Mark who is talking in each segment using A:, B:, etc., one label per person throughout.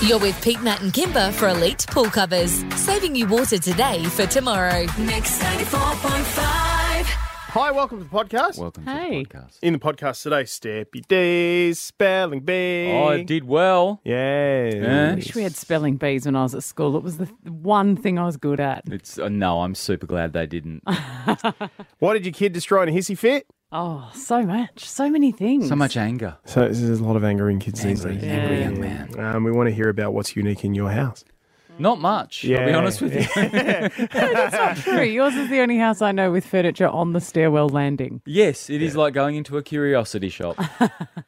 A: You're with Pete, Matt, and Kimber for Elite Pool Covers, saving you water today for tomorrow.
B: Mix 94.5.
C: Hi, welcome to the podcast.
D: Welcome
E: Hey.
D: to the podcast.
C: In the podcast today, Steppy D's spelling bee.
D: Oh, I did well.
C: Yes.
D: Yeah.
E: wish we had spelling bees when I was at school. It was the th- one thing I was good at.
D: It's uh, no, I'm super glad they didn't.
C: Why did your kid destroy in a hissy fit?
E: Oh, so much, so many things.
D: So much anger.
C: So there's a lot of anger in kids these days.
D: Angry young man.
C: Um, we want to hear about what's unique in your house.
D: Not much. I'll be
C: Yeah.
D: honest with you.
E: True. Yours is the only house I know with furniture on the stairwell landing.
D: yes, it is like going into a curiosity shop.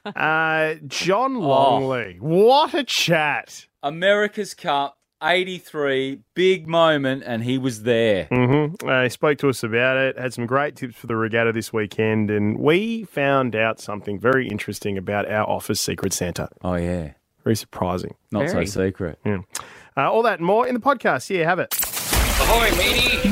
C: Uh, John
D: Oh.
C: Longley. What a chat.
D: America's Cup, 83, big moment, and he was there.
C: Mm-hmm. Uh, he spoke to us about it, had some great tips for the regatta this weekend, and we found out something very interesting about our office secret Santa.
D: Oh, yeah.
C: Very surprising.
D: Not
E: Very.
D: so secret.
C: Uh, all that and more in the podcast. Yeah, have it.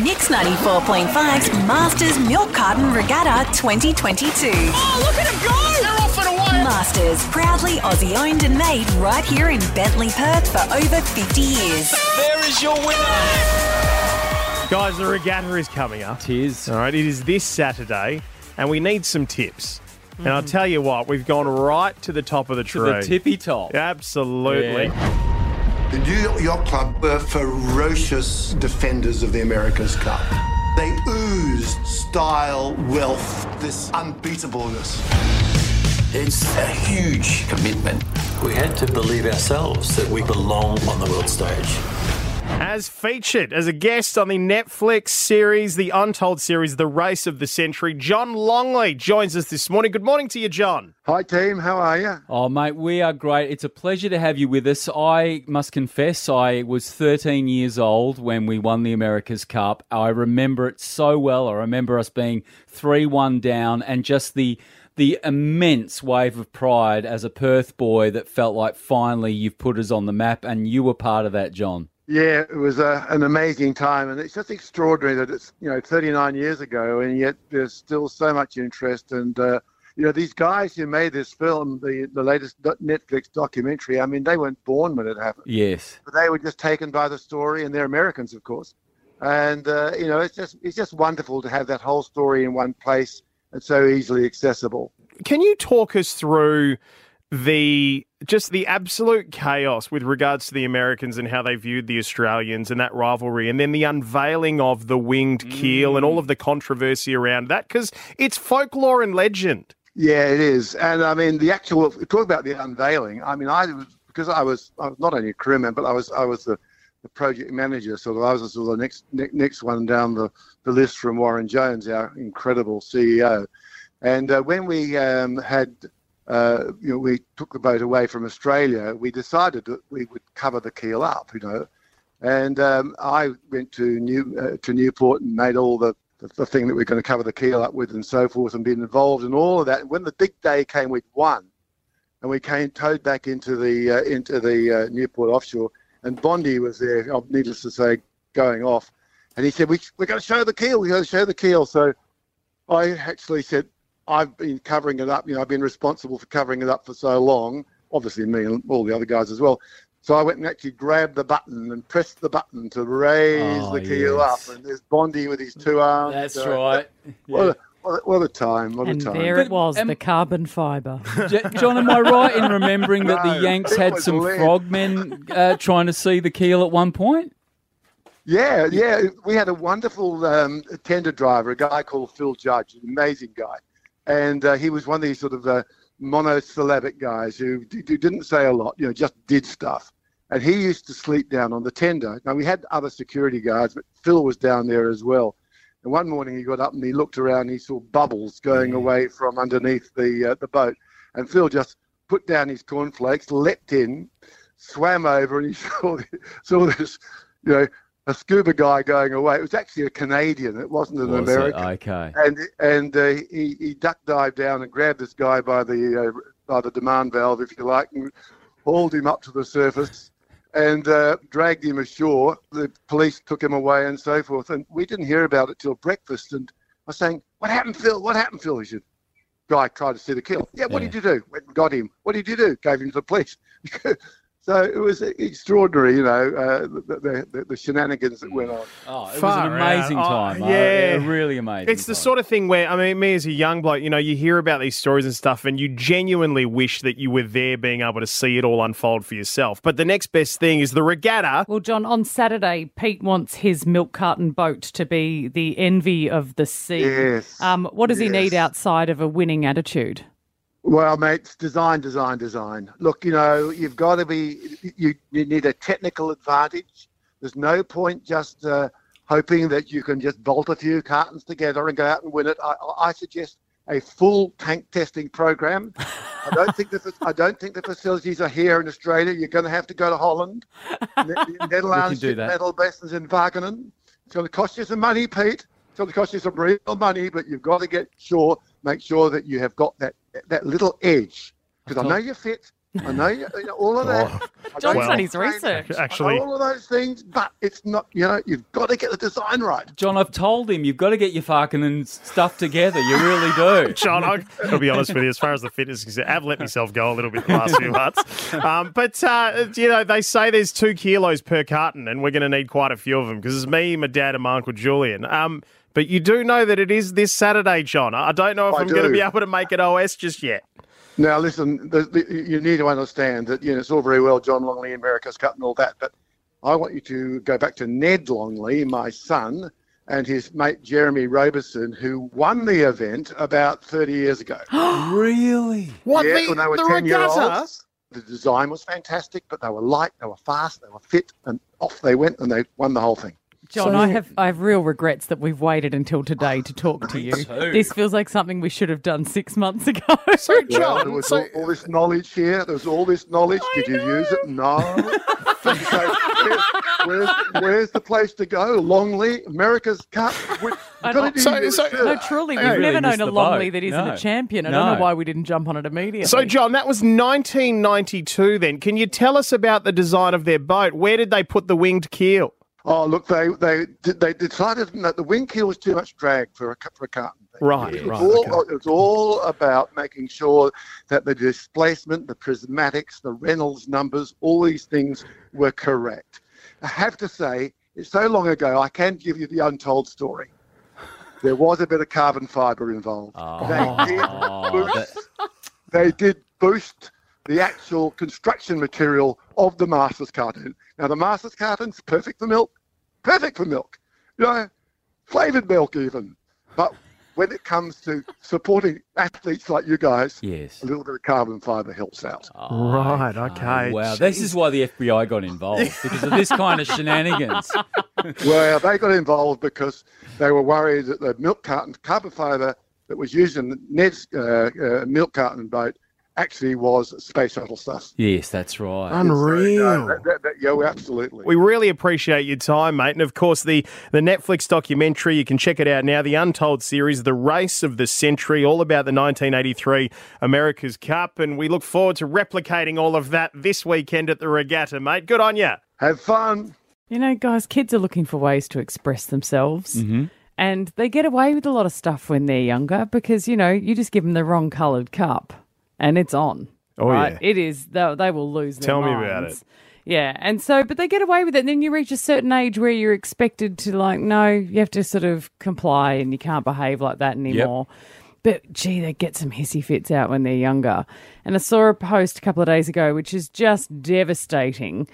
B: Mix 94.5's Masters Milk Carton Regatta 2022. Oh, look at them go! They're off and away! Masters, proudly Aussie owned and made right here in Bentley, Perth for over 50 years.
C: Guys, the regatta is coming up.
D: Tears.
C: All right, it is this Saturday, and we need some tips. And I'll tell you what, we've gone right to the top of the
D: Mm-hmm. To
C: tree.
D: the tippy top.
C: Absolutely.
F: The New York Yacht Club were ferocious defenders of the America's Cup. They oozed style, wealth, this unbeatableness.
G: It's a huge commitment. We had to believe ourselves that we belong on the world stage.
C: As featured as a guest on the Netflix series, the Untold series, The Race of the Century, John Longley joins us this morning. Good morning to you, John.
H: Hi, team. How are you?
D: Oh, mate, we are great. It's a pleasure to have you with us. I must confess, I was 13 years old when we won the America's Cup. I remember it so well. I remember us being 3 1 down and just the. The immense wave of pride as a Perth boy that felt like finally you've put us on the map and you were part of that, John.
H: Yeah, it was a, an amazing time, and it's just extraordinary that it's you know 39 years ago, and yet there's still so much interest. And uh, you know these guys who made this film, the the latest do- Netflix documentary. I mean, they weren't born when it happened,
D: Yes.
H: but they were just taken by the story, and they're Americans, of course. And uh, you know, it's just it's just wonderful to have that whole story in one place and so easily accessible.
C: Can you talk us through the just the absolute chaos with regards to the Americans and how they viewed the Australians and that rivalry and then the unveiling of the winged keel and all of the controversy around that because it's folklore and legend.
H: Yeah, it is, and I mean the actual talk about the unveiling. I mean, I was because I was I was not only a crewman, but I was I was the, the project manager. So I was sort of the next ne- next one down the, the list from Warren Jones, our incredible CEO. And uh, when we um, had uh, you know we took the boat away from Australia, we decided that we would cover the keel up, you know, and um, I went to New uh, to Newport and made all the, the the thing that we're going to cover the keel up with and so forth and been involved in all of that. When the big day came, we'd won, and we came towed back into the uh, into the uh, Newport offshore, and Bondi was there. oh, Needless to say, going off, and he said, we, "We're going to show the keel. We're going to show the keel." So I actually said, "I've been covering it up. You know, I've been responsible for covering it up for so long. Obviously, me and all the other guys as well." So I went and actually grabbed the button and pressed the button to raise
D: Oh,
H: the keel
D: yes.
H: up, and there's Bondi with his two arms.
D: That's
H: uh,
D: right.
H: What a, what a, what a time! What
E: And
H: a time!
E: there
D: But-
E: it was,
D: um,
E: the carbon fibre.
D: J- John, am I right in remembering that the
H: No,
D: Yanks
H: it
D: had
H: was
D: some
H: lit.
D: frogmen uh, trying to see the keel at one point?
H: Yeah, yeah. We had a wonderful um, tender driver, a guy called Phil Judge, an amazing guy. And uh, he was one of these sort of uh, monosyllabic guys who, d- who didn't say a lot, you know, just did stuff. And he used to sleep down on the tender. Now, we had other security guards, but Phil was down there as well. And one morning he got up and he looked around and he saw bubbles going away from underneath the, uh, the boat. And Phil just put down his cornflakes, leapt in, swam over, and he saw, saw this, you know, a scuba guy going away. It was actually a Canadian. It wasn't an
D: Was it?
H: American.
D: Okay.
H: And and uh, he, he duck dived down and grabbed this guy by the uh, by the demand valve, if you like, and hauled him up to the surface and uh, dragged him ashore. The police took him away and so forth. And we didn't hear about it till breakfast. And I was saying, "What happened, Phil? What happened, Phil?" He said, "Guy tried to see the kill." Yeah. What
D: Yeah.
H: did you do? Went and got him. What did you do? Gave him to the police. So it was extraordinary, you know, uh, the, the, the shenanigans that went on.
D: Oh, it was an
C: Far out.
D: amazing
C: Oh,
D: time. I-
C: yeah.
D: really amazing.
C: It's the
D: time.
C: sort of thing where I mean, me as a young bloke, you know, you hear about these stories and stuff, and you genuinely wish that you were there, being able to see it all unfold for yourself. But the next best thing is the regatta.
E: Well, John, on Saturday, Pete wants his milk carton boat to be the envy of the sea.
H: Yes.
E: Um, what does he
H: Yes.
E: need outside of a winning attitude?
H: Well, mate, it's design, design, design. Look, you know, you've got to be, you, you need a technical advantage. There's no point just uh, hoping that you can just bolt a few cartons together and go out and win it. I, I- I suggest a full tank testing program. I don't think the I don't think the facilities are here in Australia. You're going to have to go to Holland, Ne- Netherlands,
D: do that.
H: Netherlands, and Wageningen. It's going to cost you some money, Pete. It's going to cost you some real money, but you've got to get sure, make sure that you have got that that little edge. Because I know you're fit. I know you, you know, all of
D: Oh.
H: that. I know
E: John's
H: you're
C: done
E: his
H: trained.
E: research.
H: I know
C: Actually-
H: all of those things, but it's not. You know, you've got to get the design right.
D: John, I've told him you've got to get your fucking and stuff together. You really do.
C: John, I- I'll be honest with you. As far as the fitness is concerned, I've let myself go a little bit the last few months. Um, but, uh, you know, they say there's two kilos per carton, and we're going to need quite a few of them because it's me, my dad, and my Uncle Julian. Um, but you do know that it is this Saturday, John. I I don't know if
H: I
C: I'm going to
H: do.
C: be able to make it OS just yet.
H: Now, listen, the, the, you need to understand that you know it's all very well John Longley, America's Cup, and all that, but I want you to go back to Ned Longley, my son, and his mate Jeremy Robeson, who won the event about 30 years ago.
D: really?
C: What?
H: yeah, when they were 10 year olds. The design was fantastic, but they were light, they were fast, they were fit, and off they went, and they won the whole thing.
E: John, I have I have real regrets that we've waited until today to talk to you. This feels like something we should have done six months ago.
H: Well, there was all, all this knowledge here. There was all this knowledge. Did you use it? No. So, where's, where's, where's the place to go? Longley, America's Cup. We've
E: I
H: got
E: know.
H: to do
E: So-
H: your
C: so-
H: research.
E: no, truly, we've
D: really
E: never known
D: missed
E: a
D: the
E: Longley
D: boat.
E: that isn't
D: No.
E: a champion. I don't know
D: No.
E: why we didn't jump on it immediately.
C: So, John, that was 1992 then. Can you tell us about the design of their boat? Where did they put the winged keel?
H: Oh, look, they they they decided that the wing keel was too much drag for a cu- for a carton.
C: Right,
H: It was,
C: right,
H: all, it was all about making sure that the displacement, the prismatics, the Reynolds numbers, all these things were correct. I have to say, it's so long ago, I can give you the untold story. There was a bit of carbon fibre involved.
C: Ah.
H: They, did boost, they did boost the actual construction material of the Masters carton. Now, the Masters carton's perfect for milk, perfect for milk, you know, flavoured milk even. But when it comes to supporting athletes like you guys,
D: Yes.
H: a little bit of carbon fibre helps out.
C: Right, okay.
D: Oh, Wow, this is why the FBI got involved because of this kind of shenanigans.
H: Well, they got involved because they were worried that the milk carton carbon fibre that was used in Ned's uh, uh, milk carton boat actually was space shuttle stuff.
D: Yes, that's right.
H: Uh,
C: Unreal.
H: that, that, that, yeah, absolutely.
C: We really appreciate your time, mate. And of course, the, the Netflix documentary, you can check it out now. The Untold series, The Race of the Century, all about the 1983 America's Cup. And we look forward to replicating all of that this weekend at the regatta, mate. Good on you.
H: Have fun.
E: You know, guys, kids are looking for ways to express themselves.
C: Mm-hmm.
E: And they get away with a lot of stuff when they're younger because, you know, you just give them the wrong coloured cup and it's on.
C: Oh,
E: right?
C: yeah.
E: It is. They, they will lose their
C: Tell me about
E: minds. Yeah. And so, but they get away with it. And then you reach a certain age where you're expected to, like, no, you have to sort of comply and you can't behave like that anymore. But gee, they get some hissy fits out when they're younger. And I saw a post a couple of days ago, which is just devastating,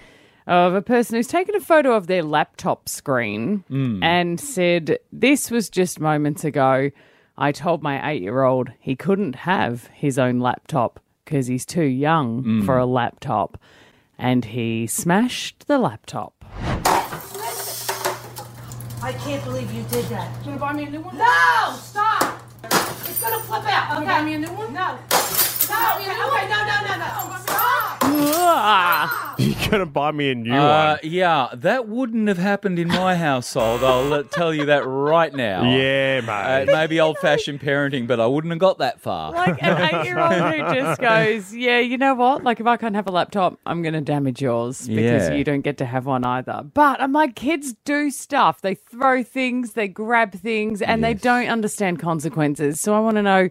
E: of a person who's taken a photo of their laptop screen and said, This was just moments ago. I told my eight year old he couldn't have his own laptop because he's too young for a laptop. And he smashed the laptop.
I: I can't believe you did that. Do you want to buy me a new one? No! Stop! It's gonna flip out. Okay. buy me a new one? No. No. Okay, okay, no, no, no, no. Stop!
E: Ah!
C: You're going to buy me a new
D: Uh,
C: one.
D: yeah, that wouldn't have happened in my household. I'll uh, tell you that right now.
C: Yeah,
D: Uh,
C: mate.
D: maybe old fashioned parenting, but I wouldn't have got that far.
E: Like an eight year old who just goes, Yeah, you know what? Like, if I can't have a laptop, I'm going to damage yours because
D: Yeah.
E: you don't get to have one either. But I'm like, kids do stuff. They throw things, they grab things, and they don't understand consequences. So I want to know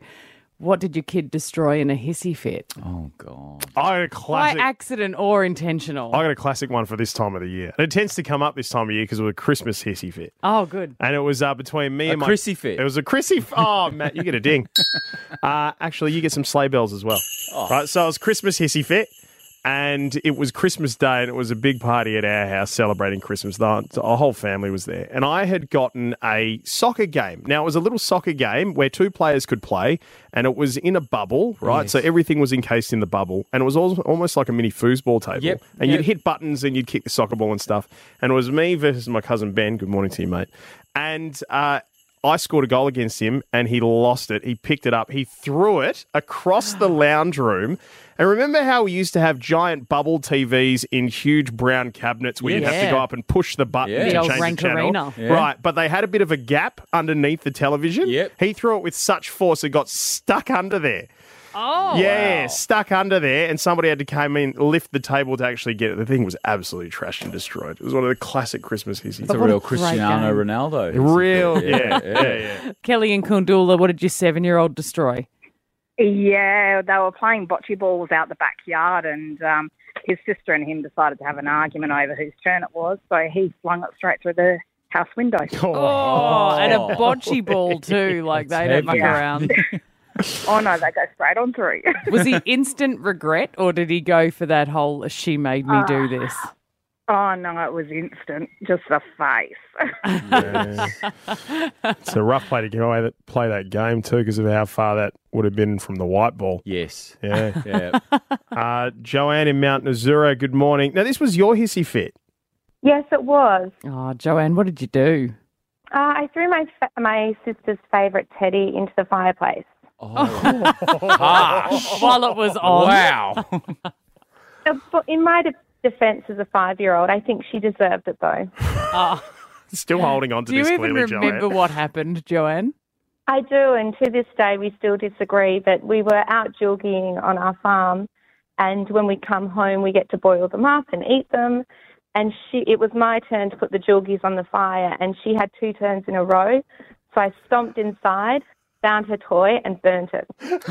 E: what did your kid destroy in a hissy fit?
D: Oh god.
C: I got a
E: By
C: classic.
E: accident or intentional?
C: I got a classic one for this time of the year. And it tends to come up this time of year because it was a Christmas hissy fit.
E: oh, good.
C: And it was uh, between me
D: A
C: and my
D: Chrissy fit.
C: It was a Chrissy. F- oh, Matt, you get a ding. uh, actually, you get some sleigh bells as well.
D: Oh.
C: Right. So it was Christmas hissy fit, and it was Christmas Day, and it was a big party at our house celebrating Christmas. The, the whole family was there, and I had gotten a soccer game. Now it was a little soccer game where two players could play, and it was in a bubble, right? So everything was encased in the bubble, and it was al- almost like a mini foosball table.
D: Yep.
C: And
D: Yep.
C: you'd hit hit buttons and you'd kick the soccer ball and stuff. And it was me versus my cousin Ben. Good morning to you, mate. And uh, I scored a goal against him and he lost it. He picked it up, he threw it across the lounge room. And remember how we used to have giant bubble TVs in huge brown cabinets where you'd have to
E: Yeah.
C: go up and push the button
D: Yeah.
C: to
D: Big old
C: change the channel?
E: Rankarina.
D: Yeah.
C: Right, but they had a bit of a gap underneath the television.
D: Yep.
C: He threw it with such force it got stuck under there.
E: Oh,
C: Yeah, stuck under there, and somebody had to come in, lift the table to actually get it. The thing was absolutely trashed and destroyed. It was one of the classic Christmas hisses.
D: It's a
E: what a
D: real
E: great
D: Cristiano
E: game.
D: Ronaldo.
C: Real, yeah, yeah, yeah.
E: Kelly and Kundula, what did your seven-year-old destroy?
J: Yeah, they were playing bocce balls out the backyard, and um, his sister and him decided to have an argument over whose turn it was. So he flung it straight through the house window.
E: Oh, and a bocce ball too. Like they don't muck
D: heavy.
E: around.
J: Oh no, they go straight on through.
E: Was he instant regret, or did he go for that whole "she made me do this"?
J: oh no, it was instant, just the face.
C: It's a rough play to get away that play that game too, because of how far that would have been from the white ball.
D: Yes.
C: Yeah.
D: Yeah.
C: Uh, Joanne in Mount Nazura, good morning. Now this was your hissy fit.
K: Yes, it was.
E: Oh, Joanne, what did you do?
K: Uh, I threw my fa- my sister's favourite teddy into the fireplace.
D: Oh.
E: While it was on,
D: wow.
K: Uh, but in my de- defence as a five year old, I think she deserved it though.
C: Still holding on to
E: do you
C: this
E: even
C: clearly,
E: remember
C: Joanne.
E: what happened, Joanne?
K: I do, and to this day we still disagree. But we were out joogieing on our farm, and when we come home, we get to boil them up and eat them. And she, it was my turn to put the joogies on the fire, and she had two turns in a row. So I stomped inside, found her toy, and burnt it.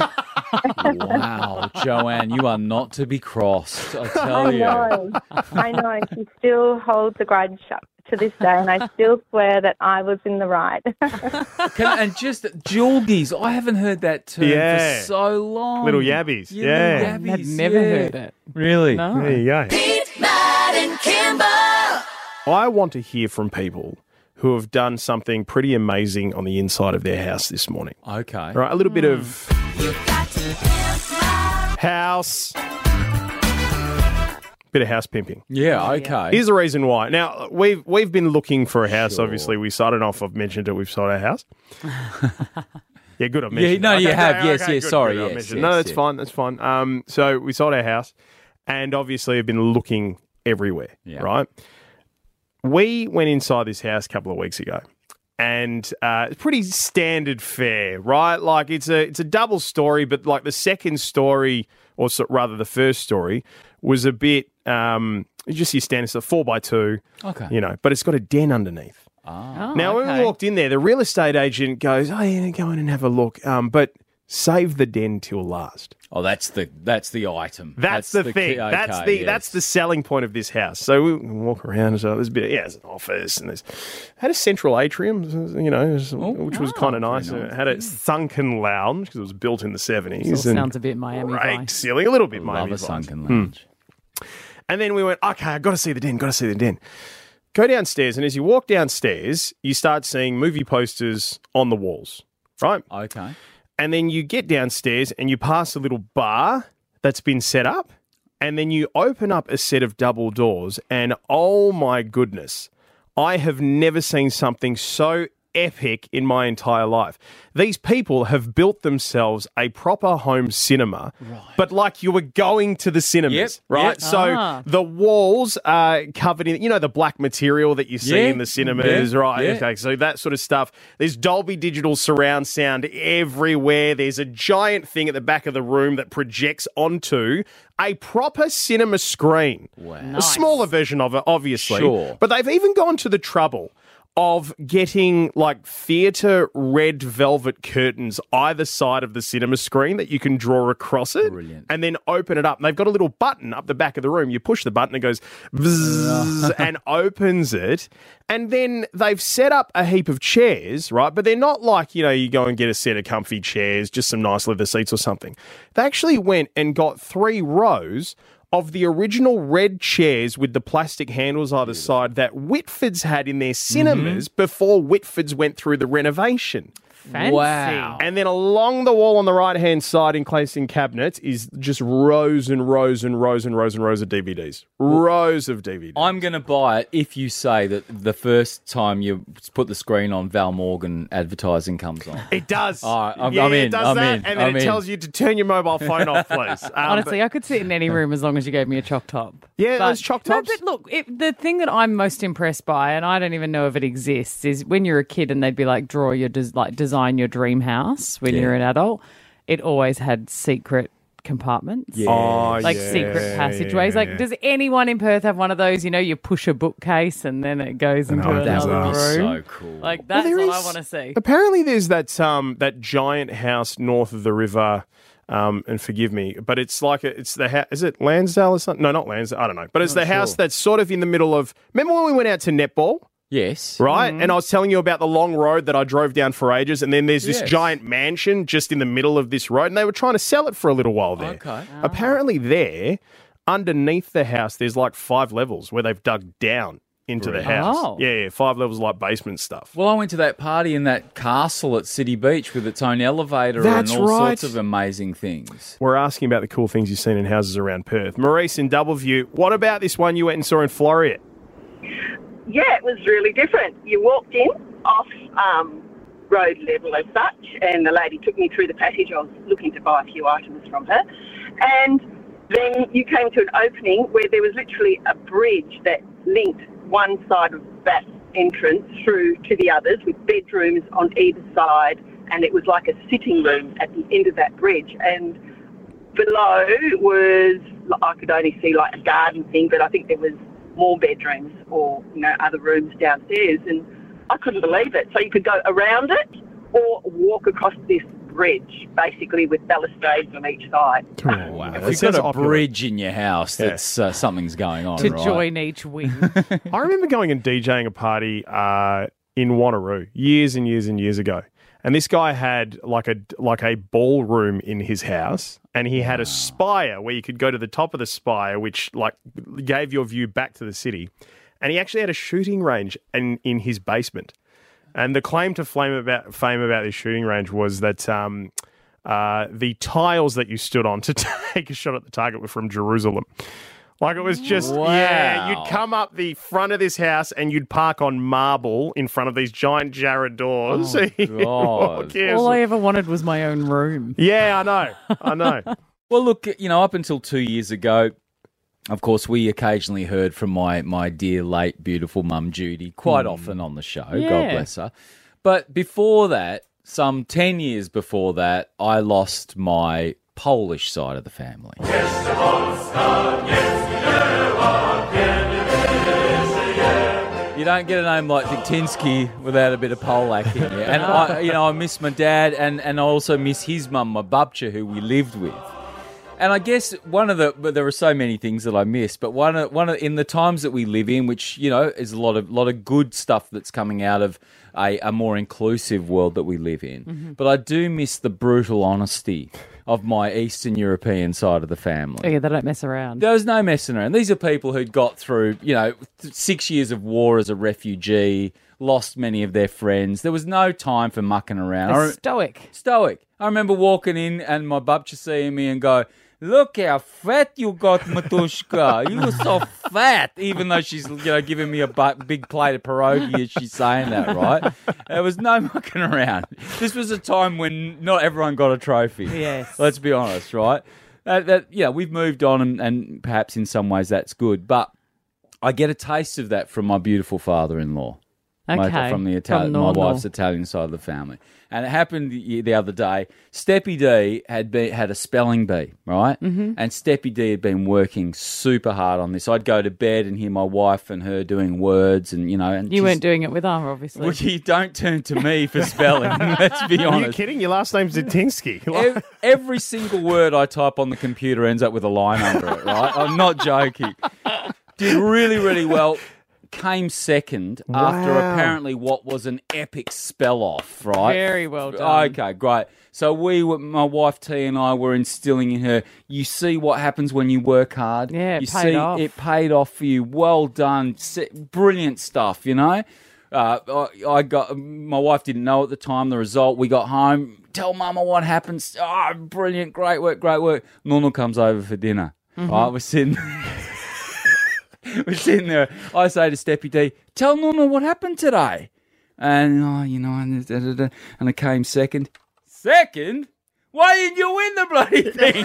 D: Wow. Joanne, you are not to be crossed. I tell you.
K: know. I know. She still holds a grudge up to this day, and I still swear that I was in the right.
D: Can, and just Jorgies, I haven't heard that term
C: Yeah.
D: for so long.
C: Little yabbies. Yeah.
D: little
E: I've
D: yabbies,
E: never
D: yeah.
E: heard it.
D: Really?
E: No.
C: There you go.
A: Pete, Matt, and Kimber.
C: I want to hear from people who have done something pretty amazing on the inside of their house this morning.
D: Okay.
C: Right, a little bit of
A: You've got to answer.
C: house. Bit of house pimping.
D: Yeah, okay.
C: Here's the reason why. Now we've we've been looking for a house. Obviously, we started off. I've mentioned it. We've sold our house. yeah, good. I mentioned. it.
D: no, you have.
C: okay,
D: Yes,
C: okay,
D: yes,
C: good,
D: sorry,
C: good, I
D: yes,
C: mentioned it.
D: yes,
C: no, that's
D: yes.
C: fine. That's fine. Um, so we sold our house, and obviously, have been looking everywhere.
D: Yeah.
C: Right. We went inside this house a couple of weeks ago and uh, it's pretty standard fare, right? Like it's a it's a double story, but like the second story, or so, rather the first story, was a bit um, just your standard stuff, four by two,
D: Okay.
C: you know. But it's got a den underneath.
E: Oh,
C: Now, when
E: okay.
C: we walked in there, the real estate agent goes, "Oh, yeah, go in and have a look, um, but save the den till last."
D: Oh, that's the that's the item.
C: That's, the, thing.
D: key-
C: that's
D: okay,
C: the
D: yes.
C: that's the selling point of this house. So we walk around and so there's a bit. Of, yeah, there's an office and there's had a central atrium, you know, which was kind of nice. It had a sunken lounge because it was built in the seventies.
E: Still sounds a bit Miami
C: great
E: Vice.
C: ceiling, a little bit
D: love
C: Miami
D: a
C: vibes.
D: sunken lounge.
C: And then we went, okay, I got to see the den. Got to see the den. Go downstairs, and as you walk downstairs, you start seeing movie posters on the walls, right?
D: Okay.
C: And then you get downstairs and you pass a little bar that's been set up. And then you open up a set of double doors. And oh my goodness, I have never seen something so epic in my entire life. These people have built themselves a proper home cinema, but like you were going to the cinemas,
D: Yep,
C: right?
D: yep.
C: So
E: Ah.
C: the walls are covered in, you know, the black material that you see
D: Yeah,
C: in the cinemas,
D: yeah,
C: right?
D: yeah.
C: Okay, so that sort of stuff. There's Dolby Digital surround sound everywhere. There's a giant thing at the back of the room that projects onto a proper cinema screen. Wow. A smaller version of it, obviously.
D: Sure.
C: But they've even gone to the trouble of getting like theatre red velvet curtains either side of the cinema screen that you can draw across it and then open it up. And they've got a little button up the back of the room. You push the button, it goes bzzz and opens it. And then they've set up a heap of chairs, right? But they're not like, you know, you go and get a set of comfy chairs, just some nice leather seats or something. They actually went and got three rows of the original red chairs with the plastic handles either side that Whitford's had in their
D: Mm-hmm.
C: cinemas before Whitford's went through the renovation.
E: Fancy. Wow.
C: And then along the wall on the right hand side, encased in cabinets, is just rows and rows and rows and rows and rows of DVDs. Rows of DVDs.
D: I'm going to buy it if you say that the first time you put the screen on, Val Morgan advertising comes on.
C: It does.
D: All right, I'm,
C: yeah,
D: I'm in.
C: it does
D: I'm
C: that,
D: in.
C: and then
D: I'm
C: it
D: in.
C: tells you to turn your mobile phone off, please. Um,
E: Honestly, I could sit in any room as long as you gave me a chalk top.
C: Yeah, those chalk tops.
E: No, but look, it, the thing that I'm most impressed by, and I don't even know if it exists, is when you're a kid and they'd be like, draw your, des- like, design your dream house when
C: Yeah.
E: you're an adult. It always had secret compartments.
C: Yeah. Oh,
E: like
C: yeah,
E: secret passageways.
C: yeah,
E: like,
C: yeah.
E: does anyone in Perth have one of those? You know, you push a bookcase and then it goes into
C: it opens
E: another
C: up. That would
E: room.
C: be so
E: cool. Like, that's
L: there
E: what I
L: is-
E: want to see.
C: Apparently, there's that um that giant house north of the river. Um, and forgive me, but it's like a, it's the ha- is it Lansdale or something? No, not Lansdale. I don't know. But it's
D: Not
C: the house
D: sure.
C: that's sort of in the middle of. Remember when we went out to netball?
D: Yes.
C: Right, and I was telling you about the long road that I drove down for ages, and then there's this
D: Yes.
C: giant mansion just in the middle of this road, and they were trying to sell it for a little while there.
D: Okay.
C: Apparently, there, underneath the house, there's like five levels where they've dug down into the
D: Brilliant.
C: house.
D: Oh.
C: Yeah, yeah, five levels like basement stuff.
D: Well, I went to that party in that castle at City Beach with its own elevator
C: That's
D: and all
C: right.
D: sorts of amazing things.
C: We're asking about the cool things you've seen in houses around Perth. Maurice in Doubleview, what about this one you went and saw in Floria?
M: Yeah, it was really different. You walked in off um, road level as such, and the lady took me through the passage. I was looking to buy a few items from her, and then you came to an opening where there was literally a bridge that linked one side of that entrance through to the others with bedrooms on either side, and it was like a sitting room at the end of that bridge. And below was I could only see like a garden thing, but I think there was more bedrooms or you know other rooms downstairs, and I couldn't believe it. So you could go around it or walk across this bridge, basically with balustrades on each side.
D: wow.
C: that
D: If you've
C: sounds
D: got a
C: opulent.
D: bridge in your house, that's uh, something's going on,
E: to
D: right?
E: join each wing.
C: I remember going and DJing a party uh, in Wanneroo years and years and years ago. And this guy had like a like a ballroom in his house, and he had a spire where you could go to the top of the spire, which like gave your view back to the city. And he actually had a shooting range in, in his basement. And the claim to flame about fame about this shooting range was that um, uh, the tiles that you stood on to take a shot at the target were from Jerusalem. Like it was just yeah,
D: Wow.
C: you'd come up the front of this house and you'd park on marble in front of these giant Jared doors.
E: Oh,
C: You'd walk in.
E: All I ever wanted was my own room.
C: Yeah, I know. I know.
D: Well, look, you know, up until two years ago, of course, we occasionally heard from my my dear late beautiful mum Judy quite
N: Mm.
D: often on the show. God
N: Yeah.
D: bless her. But before that, some ten years before that, I lost my Polish side of the family. You don't get a name like Diktinski without a bit of Polak in you. And I, you know, I miss my dad, and, and I also miss his mum, my babcha, who we lived with. And I guess one of the but there are so many things that I miss, but one of, one of, in the times that we live in, which you know is a lot of lot of good stuff that's coming out of a, a more inclusive world that we live in.
E: Mhm.
D: But I do miss the brutal honesty of my Eastern European side of the family.
E: Oh, yeah, they don't mess around.
D: There was no messing around. These are people who'd got through, you know, th- six years of war as a refugee, lost many of their friends. There was no time for mucking around. I
E: They're
D: rem-
E: stoic.
D: stoic. I remember walking in and my bubcha seeing me and go, Look how fat you got, Matushka. You were so fat, even though she's you know giving me a bu- big plate of pierogi as she's saying that, right? There was no mucking around. This was a time when not everyone got a trophy.
E: Yes.
D: Let's be honest, right? That, that yeah, we've moved on, and, and perhaps in some ways that's good. But I get a taste of that from my beautiful father-in-law. Michael,
E: Okay,
D: from the
E: from
D: Italian, my
E: Normal.
D: wife's Italian side of the family. And it happened the the other day. Steppy D had been had a spelling bee, right?
E: Mhm.
D: And Steppy D had been working super hard on this. I'd go to bed and hear my wife and her doing words, and you know, and
E: You
D: she's-
E: weren't doing it with her, obviously.
D: Well, you don't turn to me for spelling. let's be
C: Are you
D: honest.
C: kidding? Your last name's Zitinsky.
D: Ev- Every single word I type on the computer ends up with a line under it, right? I'm not joking. Did really, really well. Came second after
E: Wow.
D: apparently what was an epic spell off, right?
E: Very well done.
D: Okay, great. So we were, my wife T and I were instilling in her, you see what happens when you work hard. Yeah,
E: it
D: you
E: paid
D: see,
E: off.
D: It paid off for you. Well done. Se- Brilliant stuff, you know? Uh, I, I got my wife didn't know at the time the result. We got home. Tell Mama what happens. Oh, brilliant! Great work, great work. Normal comes over for dinner.
E: Mm-hmm.
L: Mhm.
D: Right, we're sitting. we're sitting there. I say to Steppy D, "Tell Normal what happened today." And oh, you know, and, da, da, da, and I came second. Second, why didn't you win the bloody thing?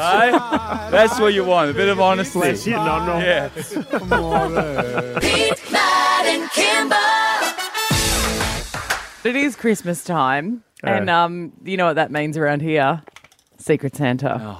D: Aye? That's what you want. A bit of honesty.
C: Bless you, Nono.
D: Yeah.
I: Pete, Matt, and Kimber.
E: It is Christmas time,
D: Oh.
E: and um, you know what that means around here? Secret Santa.
D: Oh.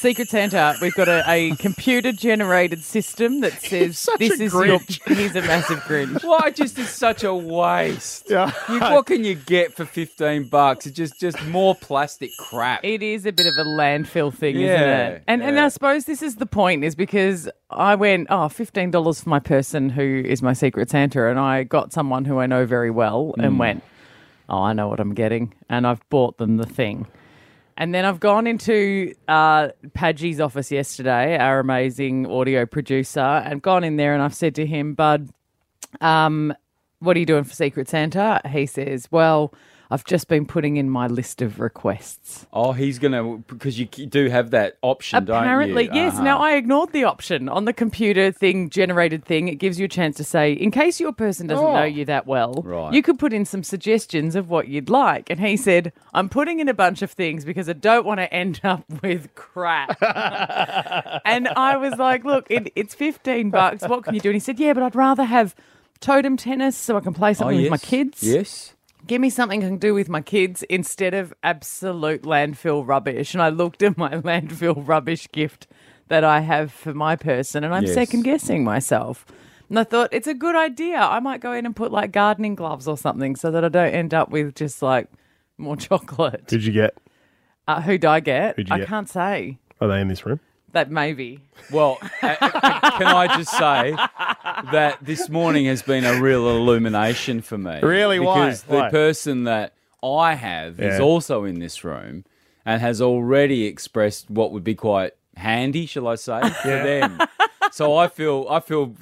E: Secret Santa, we've got a, a computer-generated system that says
D: such
E: this
D: a
E: is
D: Grinch.
E: your. He's a massive Grinch.
D: Why just it's such a waste. You, what can you get for fifteen bucks? It's just just more plastic crap.
E: It is a bit of a landfill thing,
D: Yeah,
E: isn't it? And and I suppose this is the point, is because I went, oh, $15 for my person who is my Secret Santa, and I got someone who I know very well and
N: Mm.
E: went, oh, I know what I'm getting. And I've bought them the thing. And then I've gone into uh, Paggy's office yesterday, our amazing audio producer, and gone in there and I've said to him, Bud, um, what are you doing for Secret Santa? He says, well, I've just been putting in my list of requests.
D: Oh, he's gonna because you c- do have that option,
E: Apparently,
D: don't you?
E: yes.
D: Uh-huh.
E: Now I ignored the option on the computer thing generated thing. It gives you a chance to say, in case your person doesn't
D: Oh.
E: know you that well,
D: Right.
E: you could put in some suggestions of what you'd like. And he said, I'm putting in a bunch of things because I don't want to end up with crap. and I was like, look, it, it's 15 bucks. What can you do? And he said, yeah, but I'd rather have totem tennis so I can play
D: Oh,
E: something with my
D: yes.
E: kids.
D: Yes.
E: Give me something I can do with my kids instead of absolute landfill rubbish. And I looked at my landfill rubbish gift that I have for my person and I'm
N: Yes.
E: second guessing myself. And I thought, it's a good idea. I might go in and put like gardening gloves or something so that I don't end up with just like more chocolate.
C: Did you get?
E: Uh, who'd I get?
C: Who'd you
E: I
C: get?
E: can't say.
C: Are they in this room?
E: That maybe.
D: Well, Can I just say that this morning has been a real illumination for me?
C: Really? Why?
D: Because
C: Why?
D: the person that I have is
C: Yeah.
D: also in this room and has already expressed what would be quite handy, shall I say, for
C: Yeah.
D: them. So I feel, I feel,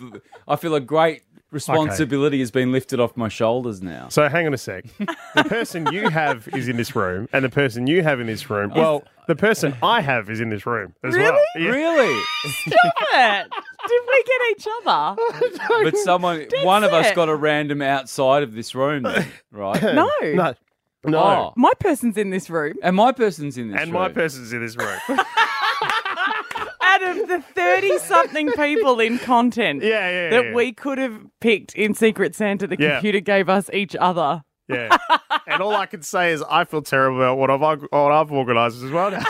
D: I feel a great responsibility has been lifted off my shoulders now.
C: So hang on a sec. The person you have is in this room, and the person you have in this room. Well, the person I have is in this room as well.
D: Really? Really?
E: Stop it. Did we get each other?
D: But someone,
E: Dead
D: one of us
E: set.
D: got a random outside of this room, then, right?
E: No. No.
D: No.
E: My person's in this room.
D: And my person's in this
C: And
D: room.
C: my person's in this room.
E: out of the 30 something people in content
C: Yeah, yeah,
E: that
C: yeah.
E: we could have picked in Secret Santa, the
C: Yeah.
E: computer gave us each other.
C: Yeah. and all I can say is I feel terrible about what I've what I've organised as well. Now.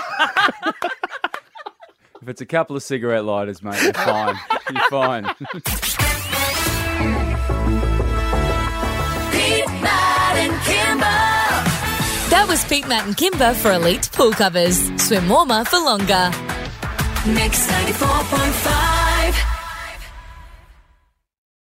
D: If it's a couple of cigarette lighters, mate, you're fine. you're fine.
I: Pete, Matt, and Kimber.
A: That was Pete, Matt, and Kimber for Elite Pool Covers. Swim warmer for longer.
B: Mix 94.5.